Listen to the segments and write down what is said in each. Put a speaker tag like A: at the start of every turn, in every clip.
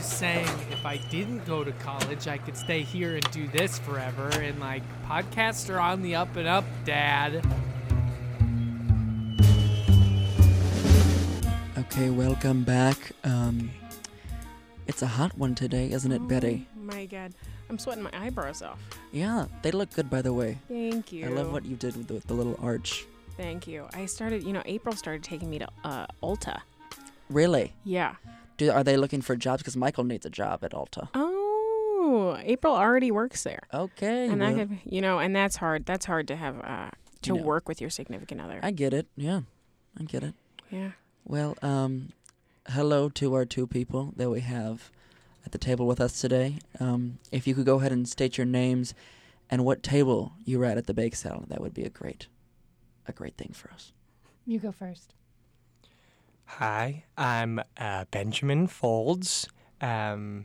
A: saying if I didn't go to college, I could stay here and do this forever. And like, podcasts are on the up and up, Dad.
B: Okay, welcome back. Um, it's a hot one today, isn't it, Betty?
C: Oh My God, I'm sweating my eyebrows off.
B: Yeah, they look good, by the way.
C: Thank you.
B: I love what Oh. you did with the, with the little arch.
C: Thank you. I started, you know, April started taking me to uh, Ulta.
B: Really?
C: Yeah.
B: Do are they looking for jobs? Because Michael needs a job at Alta.
C: Oh, April already works there,
B: Oh, Okay.
C: and I
B: well,
C: could, you know, and that's hard. That's hard to have uh, to
B: You know.
C: work with your significant other.
B: I get it. Yeah, I get it.
C: yeah.
B: Well, um, hello to our two people that we have at the table with us today. Um, if you could go ahead and state your names and what table you were at at the bake sale, that would be a great, a great thing for us.
D: You go first.
E: Hi, I'm uh, Benjamin Folds. Um,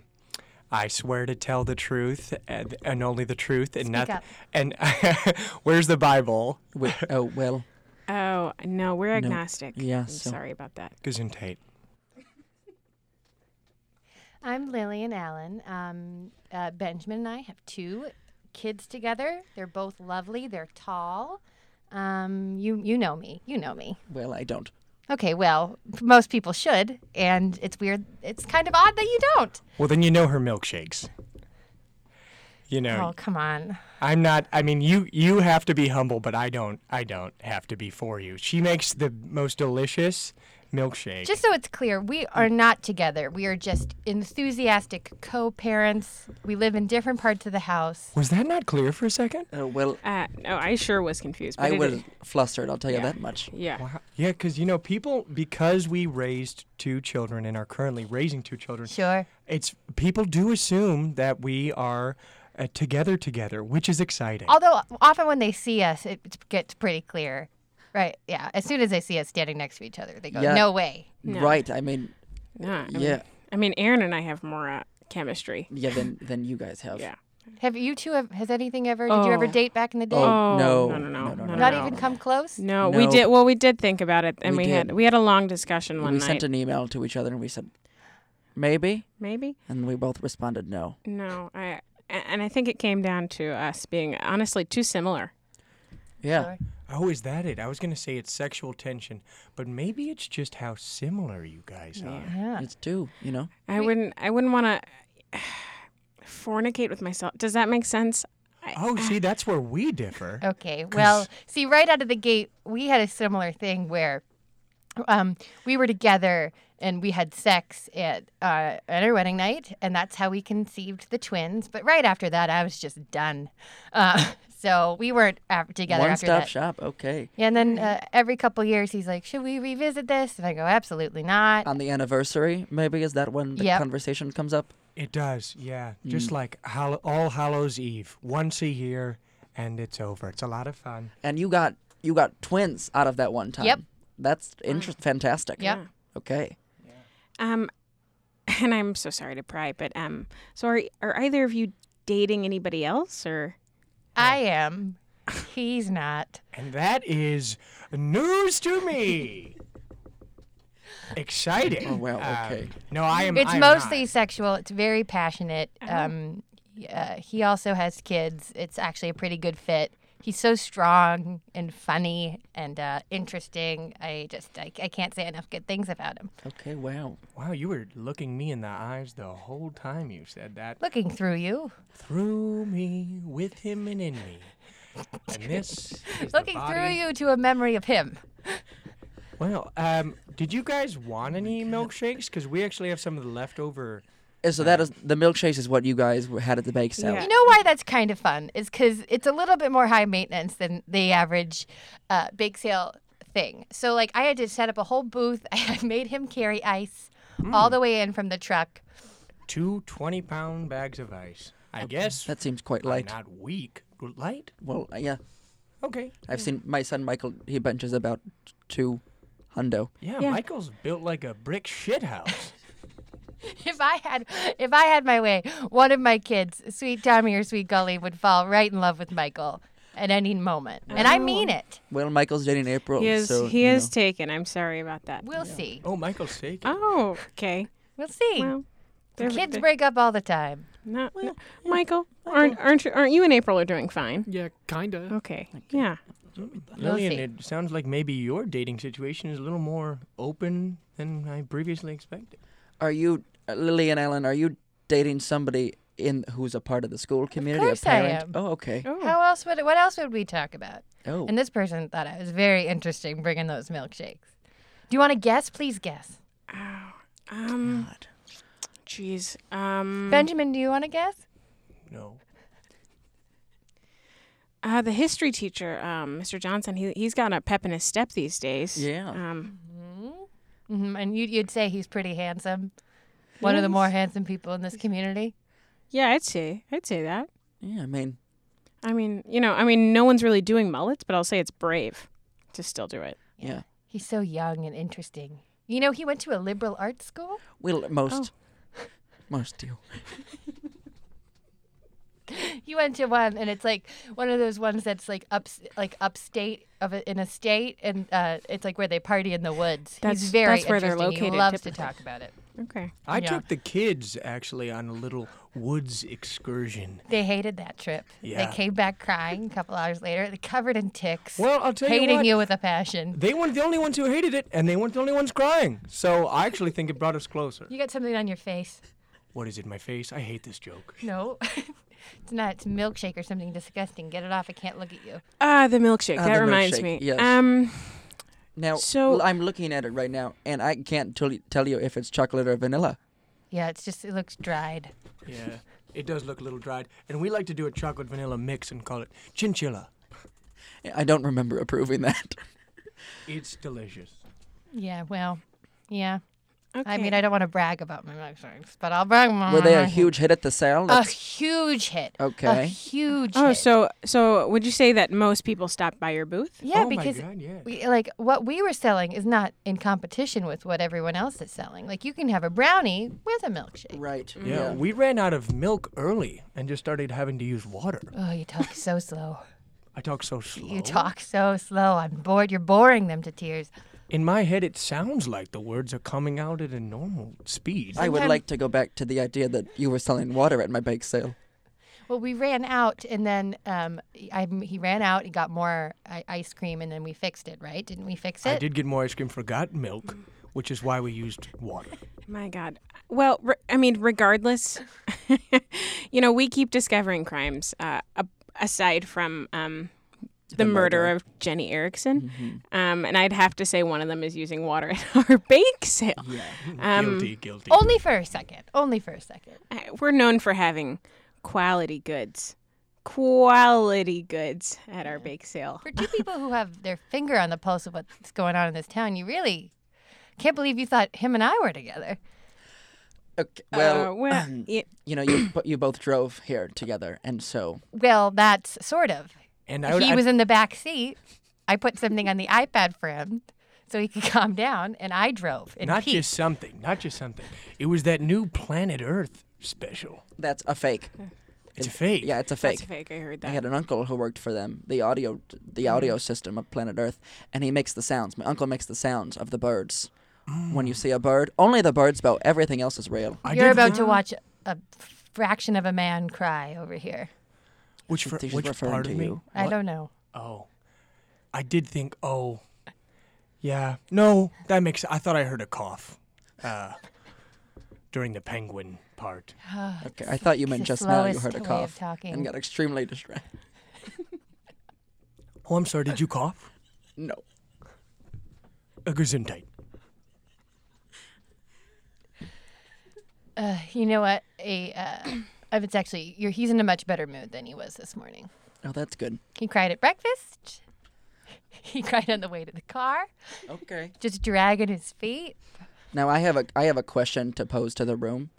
E: I swear to tell the truth and, and only the truth and
D: Speak
E: nothing.
D: up.
E: And where's the Bible?
B: Wait, oh well,
C: Oh no, we're
B: No.
C: agnostic.
B: Yeah,
C: I'm
B: so-
C: sorry about that.
E: Gesundheit.
D: I'm Lillian Allen. Um, uh, Benjamin and I have two kids together. They're both lovely. They're tall. Um, you you know me. You know me.
B: well I don't.
D: Okay, well, most people should, and it's weird. It's kind of odd that you don't.
E: Well, then you know her milkshakes. You know,
D: Oh, come on.
E: I'm not. I mean, you you have to be humble, but I don't. I don't have to be for you. She makes the most delicious milkshake.
D: Just so it's clear, we are not together. We are just enthusiastic co-parents. We live in different parts of the house.
E: Was that not clear for a second?
B: Oh well,
C: Uh, no, I sure was confused. But
B: I
C: it-
B: was flustered. I'll tell you
C: Yeah.
B: that much.
C: Yeah.
E: Wow. Yeah, because you know, people because we raised two children and are currently raising two children.
D: Sure.
E: it's people do assume that we are uh, together together, which is exciting.
D: Although often when they see us, it gets pretty clear. Right? Yeah. As soon as they see us standing next to each other, they go,
B: Yeah.
D: "No way."
C: No.
B: Right. I mean,
C: Nah, I mean,
B: yeah,
C: I mean, Aaron and I have more uh, chemistry.
B: yeah. Then then you guys have.
C: Yeah.
D: Have you two? Have, has anything ever? Did you ever
C: Oh.
D: date back in the day?
B: Oh,
C: Oh,
B: no,
C: no, no, no,
B: no, no,
C: no,
D: Not
C: no.
D: even come close.
C: No, we
B: No.
C: did. Well, we did think about it, and
B: We
C: we,
B: did.
C: had we had a long discussion one
B: we
C: night.
B: sent an email to each other and we said, maybe,
C: Maybe.
B: and we both responded no.
C: No, I a- and I think it came down to us being honestly too similar.
B: Yeah.
D: Sure.
E: oh, is that it? I was gonna say it's sexual tension, but maybe it's just how similar you guys are.
D: Yeah.
B: It's two, you know.
C: I wouldn't I wouldn't want to fornicate with myself. Does that make sense? I,
E: Oh, see, that's where we differ.
D: Okay. Well, see, right out of the gate, we had a similar thing where um, we were together and we had sex at uh, at our wedding night, and that's how we conceived the twins. But right after that, I was just done. Uh, so we weren't af- together
B: One
D: after
B: stop
D: that.
B: shop. Okay.
D: Yeah, and then uh, every couple years, he's like, "Should we revisit this?" And I go, "Absolutely not."
B: On the anniversary, maybe is that when the
D: Yep.
B: conversation comes up?
E: It does, yeah. Just like Hall- All Hallows Eve, once a year, and it's over. It's a lot of fun.
B: And you got you got twins out of that one time.
D: Yep.
B: That's
C: Mm.
B: inter- fantastic.
D: Yep.
B: Okay.
C: um and I'm so sorry to pry, but um so are, are either of you dating anybody else or
D: I am. He's not.
E: And that is news to me. Exciting.
B: Oh, well,
E: Um,
B: okay.
E: no, I am.
D: It's
E: I am not. Uh-huh.
D: mostly sexual. It's very passionate. Um, uh, he also has kids. It's actually a pretty good fit. He's so strong and funny and uh, interesting. I just I, I can't say enough good things about him.
B: Okay. Wow.
E: Wow, you were looking me in the eyes the whole time you said that.
D: Looking through you,
E: through me, with him and in me. And this is the
D: looking through
E: body-
D: you to a memory of him.
E: Well, um, did you guys want any milkshakes? Because we actually have some of the leftover.
B: And So that is the milkshakes is what you guys w- had at the bake sale.
C: Yeah.
D: You know why that's kind of fun is because it's a little bit more high maintenance than the average uh, bake sale thing. So like I had to set up a whole booth. I had made him carry ice all the way in from the truck.
E: Two 20 pound bags of ice. I guess
B: That seems quite
E: I'm
B: light.
E: not weak. Light?
B: Well, yeah.
E: Okay.
B: I've seen my son Michael. He benches about two hundo.
E: Yeah,
C: Yeah.
E: Michael's built like a brick shithouse.
D: If I had if I had my way, one of my kids, sweet Tommy or sweet Gully, would fall right in love with Michael at any moment. And I mean it.
B: Well, Michael's dating April.
C: he is
B: Oh, so,
C: he
B: you
C: is
B: know.
C: taken. I'm sorry about that.
D: We'll see.
C: Uh,
E: oh, Michael's taken.
C: Oh, okay.
D: We'll see.
C: Well, They're-
D: Kids
C: they-
D: break up all the time.
C: No, no. Michael, aren't aren't you, aren't you and April are doing fine?
A: Yeah, kinda.
C: Okay. Yeah.
D: We'll
E: Lillian,
D: see.
E: it sounds like maybe your dating situation is a little more open than I previously expected.
B: Are you uh, Lily and Ellen? Are you dating somebody in who's a part of the school community?
D: course
B: a
D: I
B: parent?
D: am.
B: Oh, okay.
C: Oh.
D: How else would what else would we talk about?
B: Oh,
D: And this person thought I was very interesting bringing those milkshakes. Do you want to guess? Please guess.
C: Ow. Um.
B: God.
C: Jeez. Um.
D: Benjamin, do you want to guess?
E: No.
C: Uh, the history teacher, um, Mr. Johnson. He he's got a pep in his step these days.
B: Yeah.
C: Um.
D: hmm And you, you'd say he's pretty handsome. One of the more handsome people in this community.
C: Yeah, I'd say I'd say that.
B: yeah. I mean,
C: I mean, you know, I mean, no one's really doing mullets, but I'll say it's brave to still do it.
B: yeah.
D: He's so young and interesting. You know, he went to a liberal arts school.
B: Well, most, most do.
D: He went to one, and it's like one of those ones that's like up, like upstate of a, in a state, and uh, it's like where they party in the woods.
C: That's-
D: he's very
C: that's where they're
D: interesting.
C: located,
D: He loves
C: typically.
D: to talk about it.
C: Okay.
E: I
D: Yeah.
E: took the kids actually on a little woods excursion.
D: They hated that trip.
E: Yeah.
D: They came back crying a couple hours later, covered in ticks.
E: Well, I'll tell you
D: hating
E: what.
D: you with a passion.
E: They weren't the only ones who hated it, and they weren't the only ones crying. So I actually think it brought us closer.
D: You got something on your face.
E: What is it, my face? I hate this joke.
D: No. it's not. It's milkshake or something disgusting. Get it off. I can't look at you.
C: Ah, the milkshake.
B: Ah,
C: that
B: the
C: reminds
B: milkshake,
C: me.
B: yes.
C: Um.
B: Now,
C: So-
B: l- I'm looking at it right now, and I can't tell you, tell you if it's chocolate or vanilla.
D: Yeah, it's just, it looks dried.
E: Yeah, it does look a little dried. And we like to do a chocolate vanilla mix and call it chinchilla.
B: I don't remember approving that.
E: It's delicious.
D: Yeah, well, yeah.
C: Okay.
D: I mean, I don't want to brag about my milkshakes, but I'll brag about
B: Were they a
D: mine.
B: huge hit at the sale?
D: A
B: That's-
D: huge hit.
B: Okay.
D: A huge
C: Oh,
D: hit.
C: so so would you say that most people stop by your booth?
D: yeah,
E: Oh my
D: because
E: God, yeah.
D: we, like what we were selling is not in competition with what everyone else is selling. Like you can have a brownie with a milkshake.
B: right.
E: Yeah, we ran out of milk early and just started having to use water.
D: Oh, you talk so slow.
E: I talk so slow.
D: You talk so slow. I'm bored. You're boring them to tears.
E: In my head, it sounds like the words are coming out at a normal speed.
B: I would
D: Sometimes-
B: like to go back to the idea that you were selling water at my bake sale.
D: Well, we ran out, and then um, I, he ran out. He got more I- ice cream, and then we fixed it, right? Didn't we fix it?
E: I did get more ice cream, forgot milk, which is why we used water.
C: My God. Well, re- I mean, regardless, you know, we keep discovering crimes uh, a- aside from um, the, murder, of Jenny Erickson. Um, and I'd have to say one of them is using water at our bake sale.
D: Um,
E: guilty, guilty.
D: Only for a second. Only for a second.
C: I- We're known for having quality goods. Quality goods at our bake sale.
B: Uh,
D: For two people who have their finger on the pulse of what's going on in this town, you really can't believe you thought him and I were together.
B: Okay, well,
C: Uh, well yeah,
B: you know, you bo- you both drove here together, and so
D: Well, that's sort of.
E: And I would,
D: he
E: I-
D: was in the back seat. I put something on the iPad for him so he could calm down, and I drove. And
E: not just something, not just something. It was that new Planet Earth special.
B: that's a fake.
E: It's a fake.
B: Yeah, it's a
C: that's
B: fake.
C: fake. I heard
B: I
C: that.
B: had an uncle who worked for them, the audio the
D: Mm-hmm.
B: audio system of Planet Earth, and he makes the sounds. My uncle makes the sounds of the birds. When you see a bird, only the birds bow. Everything else is real.
E: I
D: You're
E: did-
D: about to watch a fraction of a man cry over here.
E: Which,
B: I
E: for,
B: think she's
E: which
B: referring
E: part
B: to
E: of me?
B: you.
D: I don't know.
E: Oh, I did think. Oh, yeah. No, that makes. I thought I heard a cough uh, during the penguin part.
B: Okay, I thought you meant
D: the
B: just now you
D: slowest
B: heard
D: way
B: a
D: of
B: cough
D: talking.
B: and got extremely distracted.
E: Oh, I'm sorry. Did you cough?
B: No.
E: A gesundheit.
D: Uh, you know what? A, uh, uh, it's actually you're, he's in a much better mood than he was this morning.
B: Oh, that's good.
D: He cried at breakfast. He cried on the way to the car,
B: Okay.
D: just dragging his feet.
B: Now I have a I have a question to pose to the room.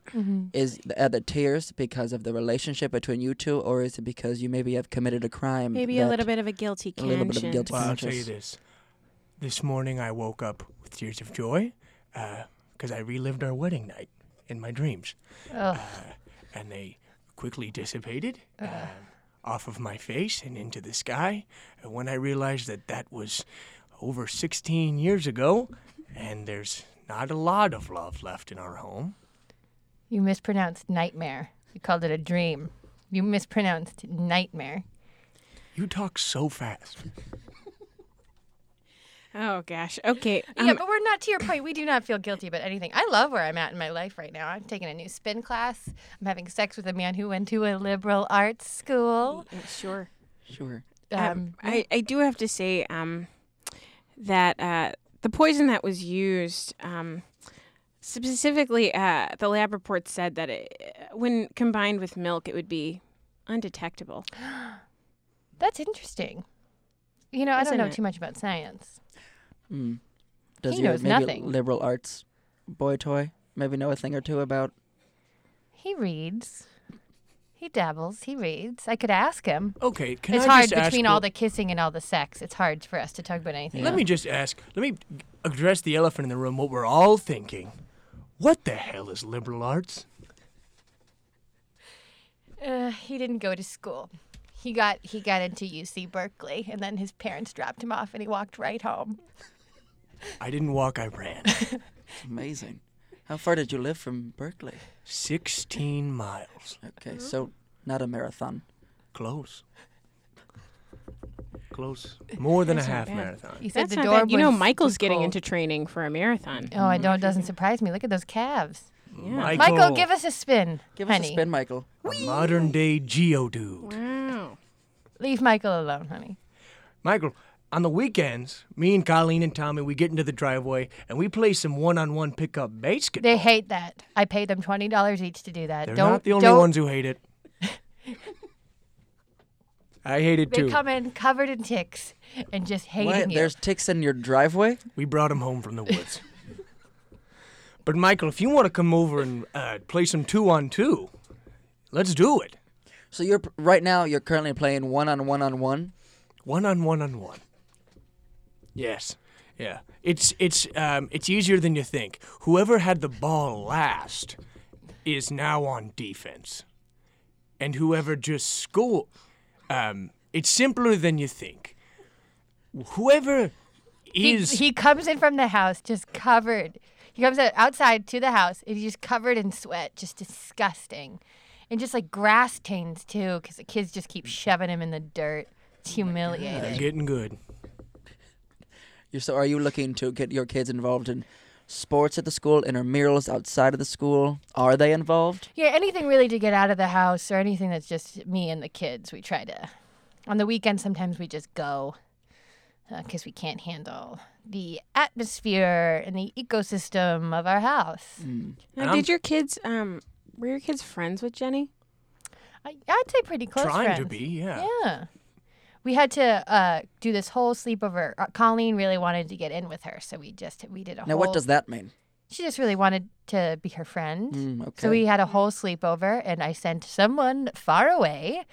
B: Is are the tears because of the relationship between you two, or is it because you maybe have committed a crime?
C: Maybe a
B: that-
C: little bit of a guilty
B: a little bit of
C: conscience.
B: guilty
E: Well, I'll tell you
B: conscience.
E: this. This morning I woke up with tears of joy because I relived our wedding night in my dreams. Uh,
D: Ugh.
E: and they quickly dissipated um, off of my face and into the sky. And when I realized that that was over 16 years ago, and there's not a lot of love left in our home,
D: You mispronounced nightmare. You called it a dream. You mispronounced nightmare.
E: You talk so fast.
C: Oh gosh. Okay.
D: yeah,
C: Um,
D: but we're not to your point. We do not feel guilty about anything. I love where I'm at in my life right now. I'm taking a new spin class. I'm having sex with a man who went to a liberal arts school.
C: yeah, um, sure.
B: Sure.
D: Um,
C: Um, I, I do have to say um, that uh, the poison that was used, um, specifically, uh, the lab report said that it, uh, when combined with milk, it would be undetectable.
D: that's interesting. You know, I don't
C: Isn't
D: know
C: it?
D: too much about science.
B: Hmm. Does
D: He
B: your
D: knows
B: maybe
D: nothing.
B: liberal arts boy toy maybe know a thing or two about?
D: He reads. He dabbles. He reads. I could ask him.
E: Okay, can
D: it's
E: I
D: hard
E: just ask
D: between
E: what-
D: all the kissing and all the sex. It's hard for us to talk about anything.
E: Let me just ask. Let me address the elephant in the room. What we're all thinking. What the hell is liberal arts?
D: Uh, he didn't go to school. He got he got into UC Berkeley, and then his parents dropped him off, and he walked right home.
E: I didn't walk. I ran.
B: Amazing. How far did you live from Berkeley?
E: Sixteen miles.
B: Okay, so not a marathon.
E: Close. Close. More than a half
C: bad.
E: marathon.
D: He said
C: That's
D: the
C: not
D: door.
C: bad. You know,
D: was-
C: Michael's
D: was
C: getting
D: cold.
C: into training for a marathon.
D: Oh, I don't. Doesn't surprise me. Look at those calves.
C: Yeah.
D: Michael, give us a spin.
B: Give
D: honey.
B: us a spin, Michael.
E: a modern day geodude.
C: Wow.
D: Leave Michael alone, honey.
E: Michael, on the weekends, me and Colleen and Tommy, we get into the driveway and we play some one-on-one pickup basketball.
D: They hate that. I paid them twenty dollars each to do that.
E: They're
D: don't
E: not the only
D: don't,
E: ones who hate it. I hate it
D: They
E: too.
D: come in covered in ticks and just hating
B: What?
D: you.
B: There's ticks in your driveway?
E: We brought him home from the woods. but Michael, if you want to come over and uh, play some two-on-two, let's do it.
B: So you're p- right now. You're currently playing one on one on one.
E: One on one on one. Yes. Yeah. It's it's um it's easier than you think. Whoever had the ball last is now on defense. And whoever just score um it's simpler than you think. Whoever
D: he,
E: is
D: he comes in from the house just covered. He comes out outside to the house and he's just covered in sweat, just disgusting, and just like grass stains too, because the kids just keep shoving him in the dirt. It's
E: Oh
D: humiliating.
E: getting good.
B: You're, so are you looking to get your kids involved in sports at the school, intramurals outside of the school? Are they involved?
D: Yeah, anything really to get out of the house or anything that's just me and the kids. We try to. On the weekend, sometimes we just go because we can't handle the atmosphere and the ecosystem of our house.
E: Mm.
C: Now, did your kids? Um, were your kids friends with Jenny?
D: I, I'd say pretty close
E: Trying
D: friends.
E: to be, yeah.
D: Yeah. We had to uh, do this whole sleepover. Uh, Colleen really wanted to get in with her, so we just we did a
B: Now,
D: whole.
B: what does that mean?
D: she just really wanted to be her friend?
B: Mm, okay.
D: So we had a whole sleepover, and I sent someone far away,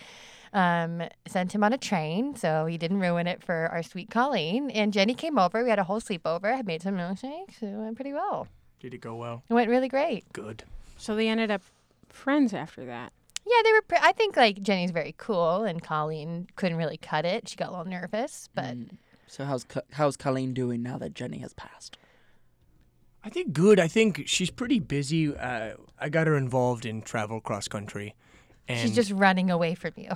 D: um, sent him on a train, so he didn't ruin it for our sweet Colleen. And Jenny came over. We had a whole sleepover. I made some milkshakes. It went pretty well.
E: Did it go well?
D: It went really great.
E: Good.
C: So they ended up friends after that.
D: Yeah, they were. Pre- I think like Jenny's very cool, and Colleen couldn't really cut it. She got a little nervous, but
C: Mm.
B: so how's Co- how's Colleen doing now that Jenny has passed?
E: I think good. I think she's pretty busy. Uh, I got her involved in travel cross country. And
D: she's just running away from you.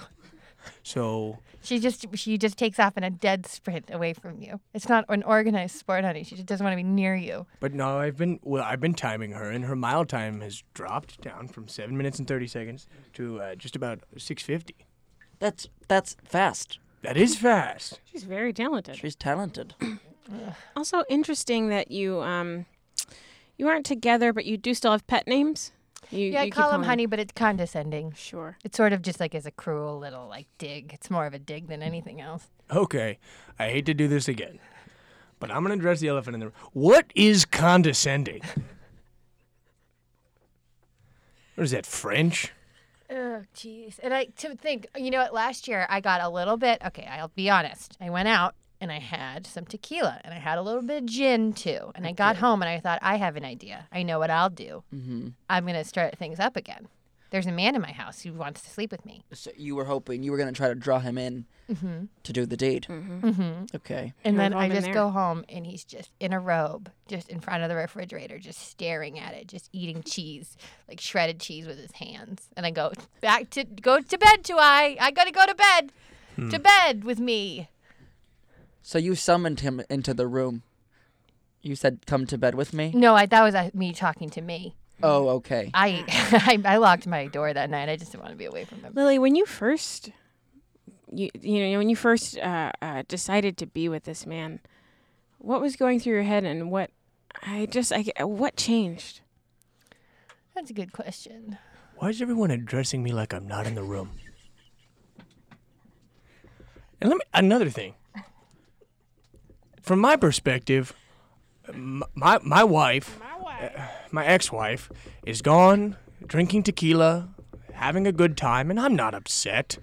E: so
D: She just she just takes off in a dead sprint away from you. It's not an organized sport, honey. She just doesn't want to be near you.
E: But no, I've been well. I've been timing her, and her mile time has dropped down from seven minutes and thirty seconds to uh, just about six fifty.
B: That's that's fast.
E: That is fast.
C: She's very talented.
B: She's talented.
C: Also interesting that you um you aren't together, but you do still have pet names. You,
D: Yeah, I
C: you keep
D: call him
C: calling-
D: honey, but it's condescending.
C: Sure.
D: It's sort of just like as a cruel little like dig. It's more of a dig than anything else.
E: Okay, I hate to do this again, but I'm gonna address the elephant in the room. What is condescending? what is that French?
D: Oh, jeez. And I to think, you know what? Last year I got a little bit. Okay, I'll be honest. I went out and I had some tequila and I had a little bit of gin too. And I got home and I thought, I have an idea. I know what I'll do. Mm-hmm. I'm gonna start things up again. there's a man in my house who wants to sleep with me.
B: So you were hoping you were going to try to draw him in to do the deed.
D: Mm-hmm.
B: Okay.
D: And
C: Yeah,
D: then
C: we've all
D: I
C: been
D: just
C: there.
D: go home and he's just in a robe, just in front of the refrigerator, just staring at it, just eating cheese, like shredded cheese with his hands. And I go back to go to bed, to I. I gotta go to bed. To bed with me.
B: So you summoned him into the room. You said, "Come to bed with me."
D: No, I, that was uh, me talking to me.
B: Oh, okay.
D: I, I I locked my door that night. I just didn't want to be away from him.
C: Lily, when you first, you you know, when you first uh, uh, decided to be with this man, what was going through your head, and what I just I what changed?
D: That's a good question.
E: Why is everyone addressing me like I'm not in the room? And let me another thing. From my perspective, m- my my wife, my, my ex-wife, is gone drinking tequila, having a good time, and I'm not upset.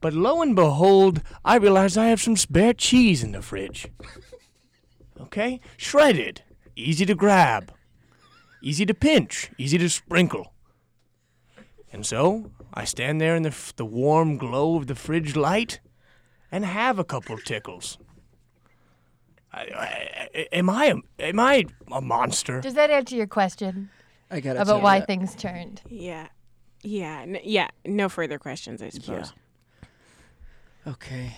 E: But lo and behold, I realize I have some spare cheese in the fridge. Okay, shredded, easy to grab, easy to pinch, easy to sprinkle. And so I stand there in the, f- the warm glow of the fridge light and have a couple tickles. I, I, I- am I a, am I a monster?
D: Does that answer your question
B: I got
D: about why things turned?
C: Yeah, yeah, n- yeah. No further questions, I suppose.
B: Okay.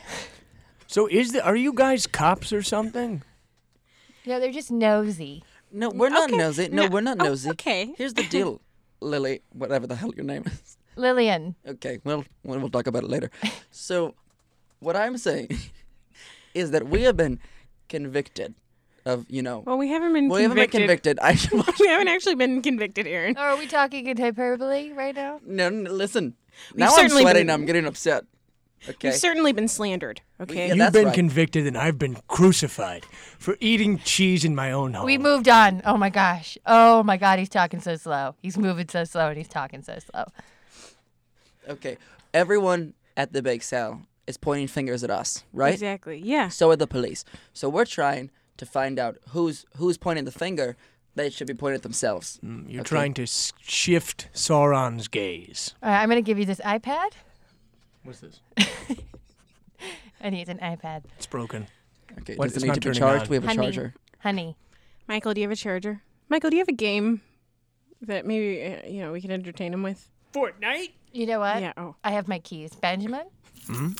E: So is the, are you guys cops or something?
D: No, they're just nosy.
B: No, we're not
C: Okay,
B: nosy. No,
C: no.
B: we're not
C: Oh,
B: nosy.
C: okay.
B: Here's the deal, Lily. Whatever the hell your name is.
D: Lillian,
B: Okay. Well, we'll we'll talk about it later. So, what I'm saying is that we have been convicted of, you know,
C: Well, we haven't been
B: we haven't been convicted.
C: convicted.
B: I should.
C: we haven't actually been convicted, Aaron.
D: are we talking in hyperbole right now?
B: No, no, listen. now I'm
C: certainly
B: sweating.
C: been-
B: I'm getting upset. Okay.
C: We've certainly been slandered.
B: Yeah,
C: Okay.
E: You've
B: that's
E: been
B: right.
E: convicted and I've been crucified for eating cheese in my own home.
D: We moved on. Oh my gosh. Oh my god, he's talking so slow. He's moving so slow and he's talking so slow.
B: okay. Everyone at the bake sale is pointing fingers at us, right?
C: Exactly. Yeah.
B: So are the police. So we're trying to find out who's who's pointing the finger. They should be pointing at themselves.
E: You're trying to s- shift Sauron's gaze.
D: All right, I'm gonna give you this iPad.
E: What's this?
D: I need an iPad.
E: It's broken.
B: Okay.
E: What,
B: does
E: it's
B: it need
E: not
B: to be
E: turning
B: charged?
E: on.
B: We have a
D: Honey.
B: charger.
D: Honey.
C: Michael, do you have a charger? Michael, do you have a game that maybe uh, you know we could entertain him with?
A: Fortnite?
D: You know what?
C: yeah. Oh.
D: I have my keys. Benjamin?
E: Whoa.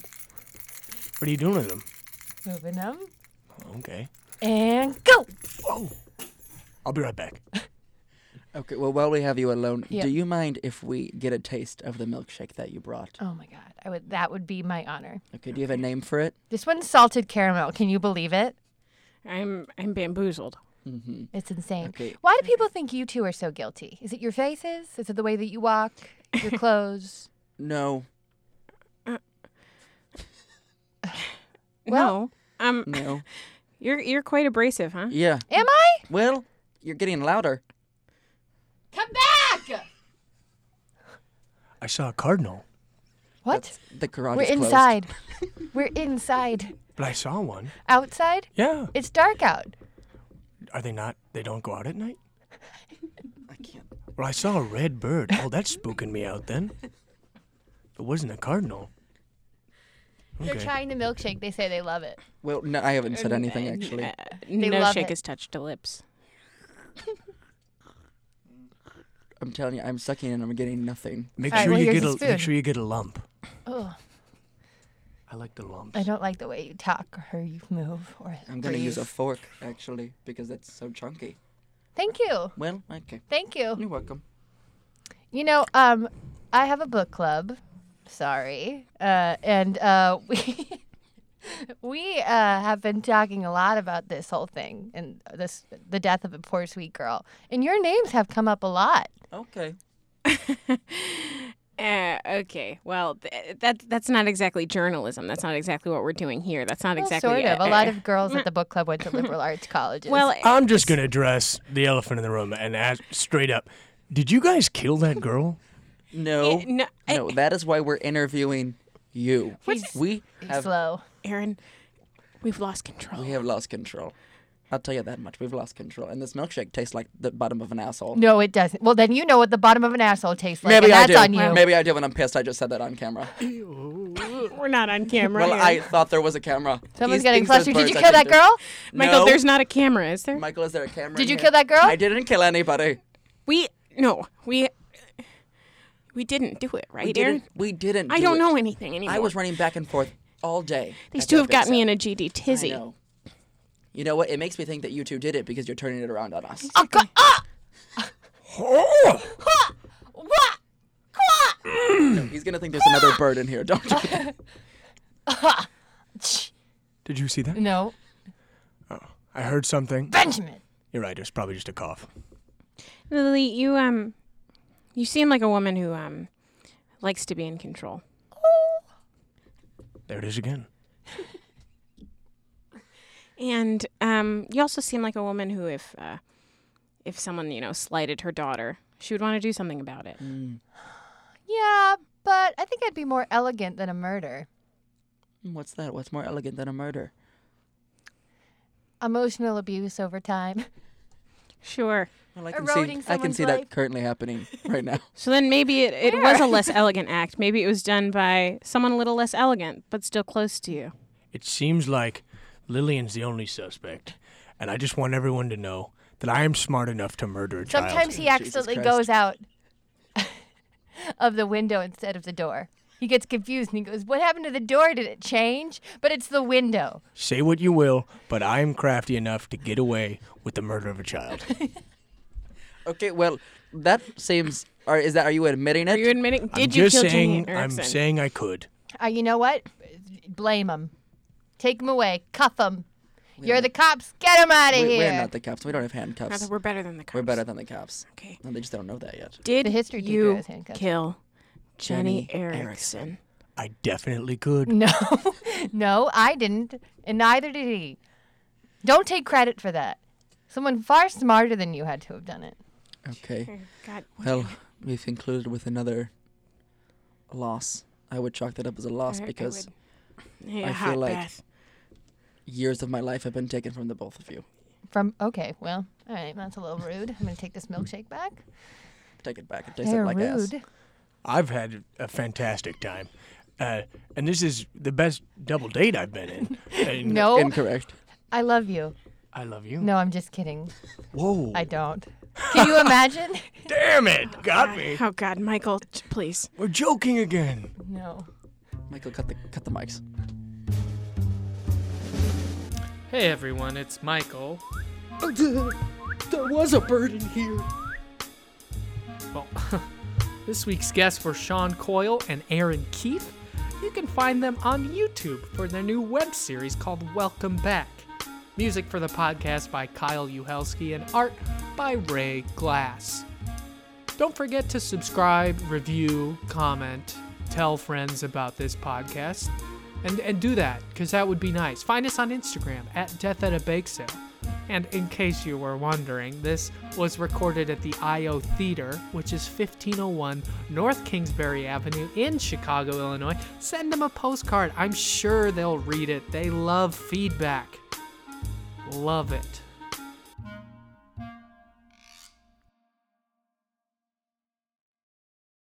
E: What are you doing with them?
D: Moving them.
E: Okay.
D: And go!
E: Whoa. I'll be right back.
B: Okay. Well, while we have you alone,
D: Yeah.
B: do you mind if we get a taste of the milkshake that you brought?
D: Oh my god. I would that would be my honor.
B: Okay. Do you have a name for it?
D: This one's salted caramel. Can you believe it?
C: I'm I'm bamboozled.
D: It's insane.
B: Okay.
D: Why do people think you two are so guilty? Is it your faces? Is it the way that you walk? Your clothes?
B: No.
C: no.
D: Well-
C: Um
B: No.
C: you're you're quite abrasive, huh?
B: yeah.
D: Am I?
B: Well, you're getting louder.
D: Come back!
E: I saw a cardinal.
D: What?
B: The garage
D: We're
B: is closed.
D: inside. We're inside.
E: But I saw one.
D: Outside?
E: Yeah.
D: It's dark out.
E: Are they not? They don't go out at night? I can't. Well, I saw a red bird. Oh, that's spooking me out then. It wasn't a cardinal.
D: They're trying the milkshake. They say they love it.
B: Well, no, I haven't said anything actually.
C: Uh, no
D: love
C: shake
D: it.
C: has touched to lips.
B: I'm telling you, I'm sucking and I'm getting nothing.
E: Make
D: All right,
E: sure
D: well,
E: you
D: here's
E: get a
D: the spoon.
E: make sure you get a lump.
D: Oh,
E: I like the lumps.
D: I don't like the way you talk or you move or
B: I'm gonna use a
D: breathe.
B: fork actually because that's so chunky.
D: Thank you.
B: Well, okay.
D: Thank you.
B: You're welcome.
D: You know, um, I have a book club. Sorry. Uh, and uh, we. We uh, have been talking a lot about this whole thing and this the death of a poor sweet girl, and your names have come up a lot.
B: Okay.
C: Uh, okay. Well, th- that that's not exactly journalism. That's not exactly what we're doing here. That's not exactly
D: sort of.
C: uh,
D: A lot of girls at the book club went to liberal arts colleges.
C: Well,
E: I'm just gonna address the elephant in the room and ask straight up. Did you guys kill that girl?
B: No.
C: no, I-
B: no, that is why we're interviewing you.
D: What's-
B: we have
D: slow.
C: Aaron, we've lost control.
B: we have lost control. I'll tell you that much. We've lost control, and this milkshake tastes like the bottom of an asshole.
D: No, it doesn't. Well, then you know what the bottom of an asshole tastes like.
B: Maybe
D: and
B: I
D: that's
B: do.
D: on you.
B: Maybe I do when I'm pissed. I just said that on camera.
C: We're not on camera.
B: Well,
C: here.
B: I thought there was a camera.
D: Someone's
B: These
D: getting
B: things, those
D: flustered. Did you
B: birds, I
D: kill that
B: think
D: girl?
B: there's-
C: Michael,
B: No.
C: there's not a camera, is there?
B: Michael, is there a camera?
D: Did
B: in
D: you
B: here?
D: kill that girl?
B: I didn't kill anybody.
C: we no, we we didn't do it, right,
B: We
C: Aaron?
B: didn't. We didn't.
C: I
B: do
C: don't
B: it.
C: know anything anymore.
B: I was running back and forth all day.
C: These
B: at
C: two
B: that
C: have got
B: big
C: me
B: set.
C: in a GD tizzy.
B: I know. You know what? It makes me think that you two did it because you're turning it around on us.
D: Oh, go- ah!
E: Oh!
D: Wah! Quah!
B: He's gonna think there's another bird in here. Don't.
E: Did you see that?
D: No,
E: I heard something.
D: Benjamin.
E: You're right. It was probably just a cough.
C: Lily, you um, you seem like a woman who um likes to be in control.
E: There it is again.
C: And um, you also seem like a woman who, if uh, if someone you know slighted her daughter, she would want to do something about it.
B: Mm.
D: Yeah, but I think I'd be more elegant than a murder.
B: What's that? What's more elegant than a murder?
D: Emotional abuse over time.
C: Sure.
B: Well, I can
D: Eroding
B: see. I can
D: someone's
B: see
D: life.
B: that currently happening right now.
C: So then maybe it, it was a less elegant act. Maybe it was done by someone a little less elegant, but still close to you.
E: It seems like Lillian's the only suspect, and I just want everyone to know that I am smart enough to murder a child.
D: Sometimes he accidentally
B: Christ.
D: goes out of the window instead of the door. He gets confused and he goes, What happened to the door? Did it change? But it's the window.
E: Say what you will, but I am crafty enough to get away with the murder of a child.
B: Okay. Well, that seems. Or is that? Are you admitting it?
C: Are you admitting? Did
E: I'm
C: you
E: just
C: kill
E: saying.
C: Jenny
E: I'm
C: Erickson?
E: saying I could.
D: Uh, you know what? Blame him. Take him away. Cuff him. You're the cops. Get him out of
B: we,
D: here.
B: are not the cops. We don't have
C: Now
B: handcuffs.
C: that we're better than the cops.
B: We're better than the cops.
C: Okay.
B: No, they just don't know that yet.
C: Did
D: The history teacher
C: you
D: has handcuffs.
C: kill Jenny,
B: Jenny
C: Erickson?
B: Erickson.
E: I definitely could.
D: no, no, I didn't. And neither did he. Don't take credit for that. Someone far smarter than you had to have done it.
B: Okay.
C: God.
B: Well, we've concluded with another loss. I would chalk that up as a loss
C: I- I
B: because
C: would- Yeah,
B: I
C: hot
B: feel like-
C: bath.
B: years of my life have been taken from the both of you.
D: From, okay, well, all right, that's a little rude. I'm going to take this milkshake back.
B: Take it back. It tasted
D: They're
B: like ass.
D: rude.
E: I've had a fantastic time, uh, and this is the best double date I've been in. And
D: No,
B: Incorrect.
D: I love you.
E: I love you.
D: No, I'm just kidding.
E: Whoa!
D: I don't. Can you imagine?
E: Damn it! Got me.
C: Oh God, Michael, t- please.
E: We're joking again.
D: no.
B: Michael, cut the cut the mics.
A: Hey everyone, it's Michael.
B: There was a bird in here.
A: Well, this week's guests were Sean Coyle and Aaron Keith. You can find them on YouTube for their new web series called Welcome Back. Music for the podcast by Kyle Uhelski and art by Ray Glass. Don't forget to subscribe, review, comment, tell friends about this podcast, and, and do that because that would be nice. Find us on Instagram at Death at a Bake Sale. And in case you were wondering, this was recorded at the IO Theater, which is 1501 North Kingsbury Avenue in Chicago, Illinois. Send them a postcard. I'm sure they'll read it. They love feedback. Love it.